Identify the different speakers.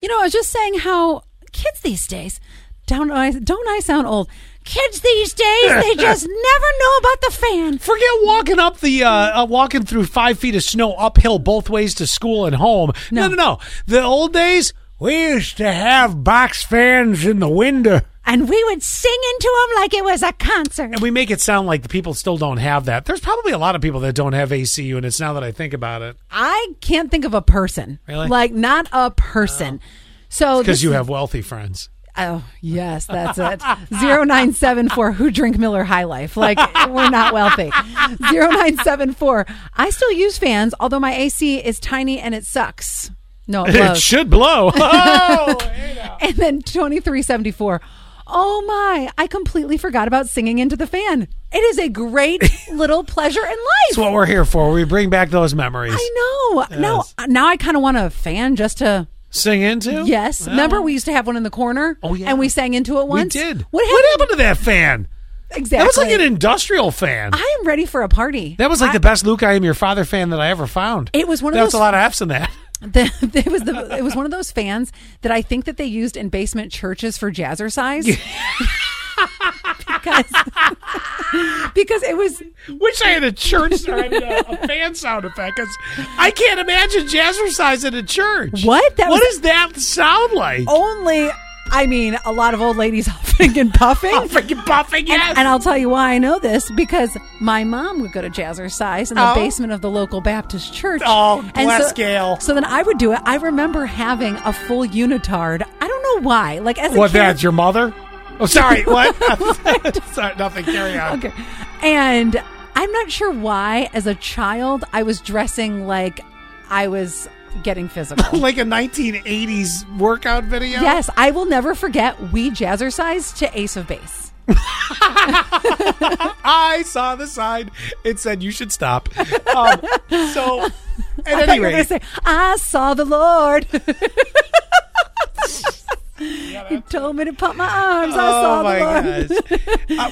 Speaker 1: You know, I was just saying how kids these days, don't I, don't I sound old? Kids these days, they just never know about the fan.
Speaker 2: Forget walking up the uh, uh, walking through five feet of snow uphill both ways to school and home. No,
Speaker 1: No.
Speaker 2: no, no. The old days, we used to have box fans in the window.
Speaker 1: And we would sing into them like it was a concert.
Speaker 2: And we make it sound like the people still don't have that. There's probably a lot of people that don't have AC units now that I think about it.
Speaker 1: I can't think of a person.
Speaker 2: Really?
Speaker 1: Like, not a person. So
Speaker 2: Because
Speaker 1: this-
Speaker 2: you have wealthy friends.
Speaker 1: Oh yes, that's it. Zero nine seven four. Who drink Miller High Life? Like we're not wealthy. Zero nine seven four. I still use fans, although my AC is tiny and it sucks. No, it
Speaker 2: It
Speaker 1: blows.
Speaker 2: should blow. Oh, Ada.
Speaker 1: and then twenty three seventy four. Oh my! I completely forgot about singing into the fan. It is a great little pleasure in life.
Speaker 2: That's what we're here for. We bring back those memories.
Speaker 1: I know. Now,
Speaker 2: Yes.
Speaker 1: now I kind of want a fan just to.
Speaker 2: Sing into?
Speaker 1: Yes.
Speaker 2: Well,
Speaker 1: Remember, we used to have one in the corner.
Speaker 2: Oh, yeah.
Speaker 1: And we sang into it
Speaker 2: we
Speaker 1: once.
Speaker 2: did.
Speaker 1: What happened?
Speaker 2: to that fan?
Speaker 1: Exactly.
Speaker 2: That was like an industrial fan.
Speaker 1: I am ready for a party.
Speaker 2: that was like the best Luke I Am Your Father fan that I ever found.
Speaker 1: It was one of
Speaker 2: That's
Speaker 1: those-
Speaker 2: a lot of F's in that.
Speaker 1: The, it was the it was one of those fans that I think that they used in basement churches for jazzercise. because, because it was
Speaker 2: Wish I had a church that I had a, a fan sound effect because I can't imagine jazzercise at a church.
Speaker 1: What? That
Speaker 2: what
Speaker 1: was- Oh.
Speaker 2: does that sound like?
Speaker 1: only I mean a lot of old ladies huffing and puffing.
Speaker 2: Oh, freaking buffing, yes.
Speaker 1: And I'll tell you why I know this because my mom would go to jazzercise in the
Speaker 2: Oh.
Speaker 1: basement of the local Baptist church.
Speaker 2: Oh,
Speaker 1: And
Speaker 2: bless
Speaker 1: so,
Speaker 2: Gail.
Speaker 1: So then I would do it. I remember having a full unitard. I don't know why. Like as a
Speaker 2: what,
Speaker 1: kid,
Speaker 2: that's your mother? Oh, sorry, what? sorry, nothing, carry on.
Speaker 1: Okay. And I'm not sure why, as a child, I was dressing like I was getting physical.
Speaker 2: Like a 1980s workout video?
Speaker 1: yes, I will never forget we jazzercise to Ace of Base.
Speaker 2: I saw the sign. It said you should stop. Um, so, at
Speaker 1: I thought
Speaker 2: any
Speaker 1: you were
Speaker 2: rate,
Speaker 1: gonna say, I saw the Lord. he told me to pump my arms. I saw
Speaker 2: oh
Speaker 1: the
Speaker 2: my
Speaker 1: Lord.
Speaker 2: gosh.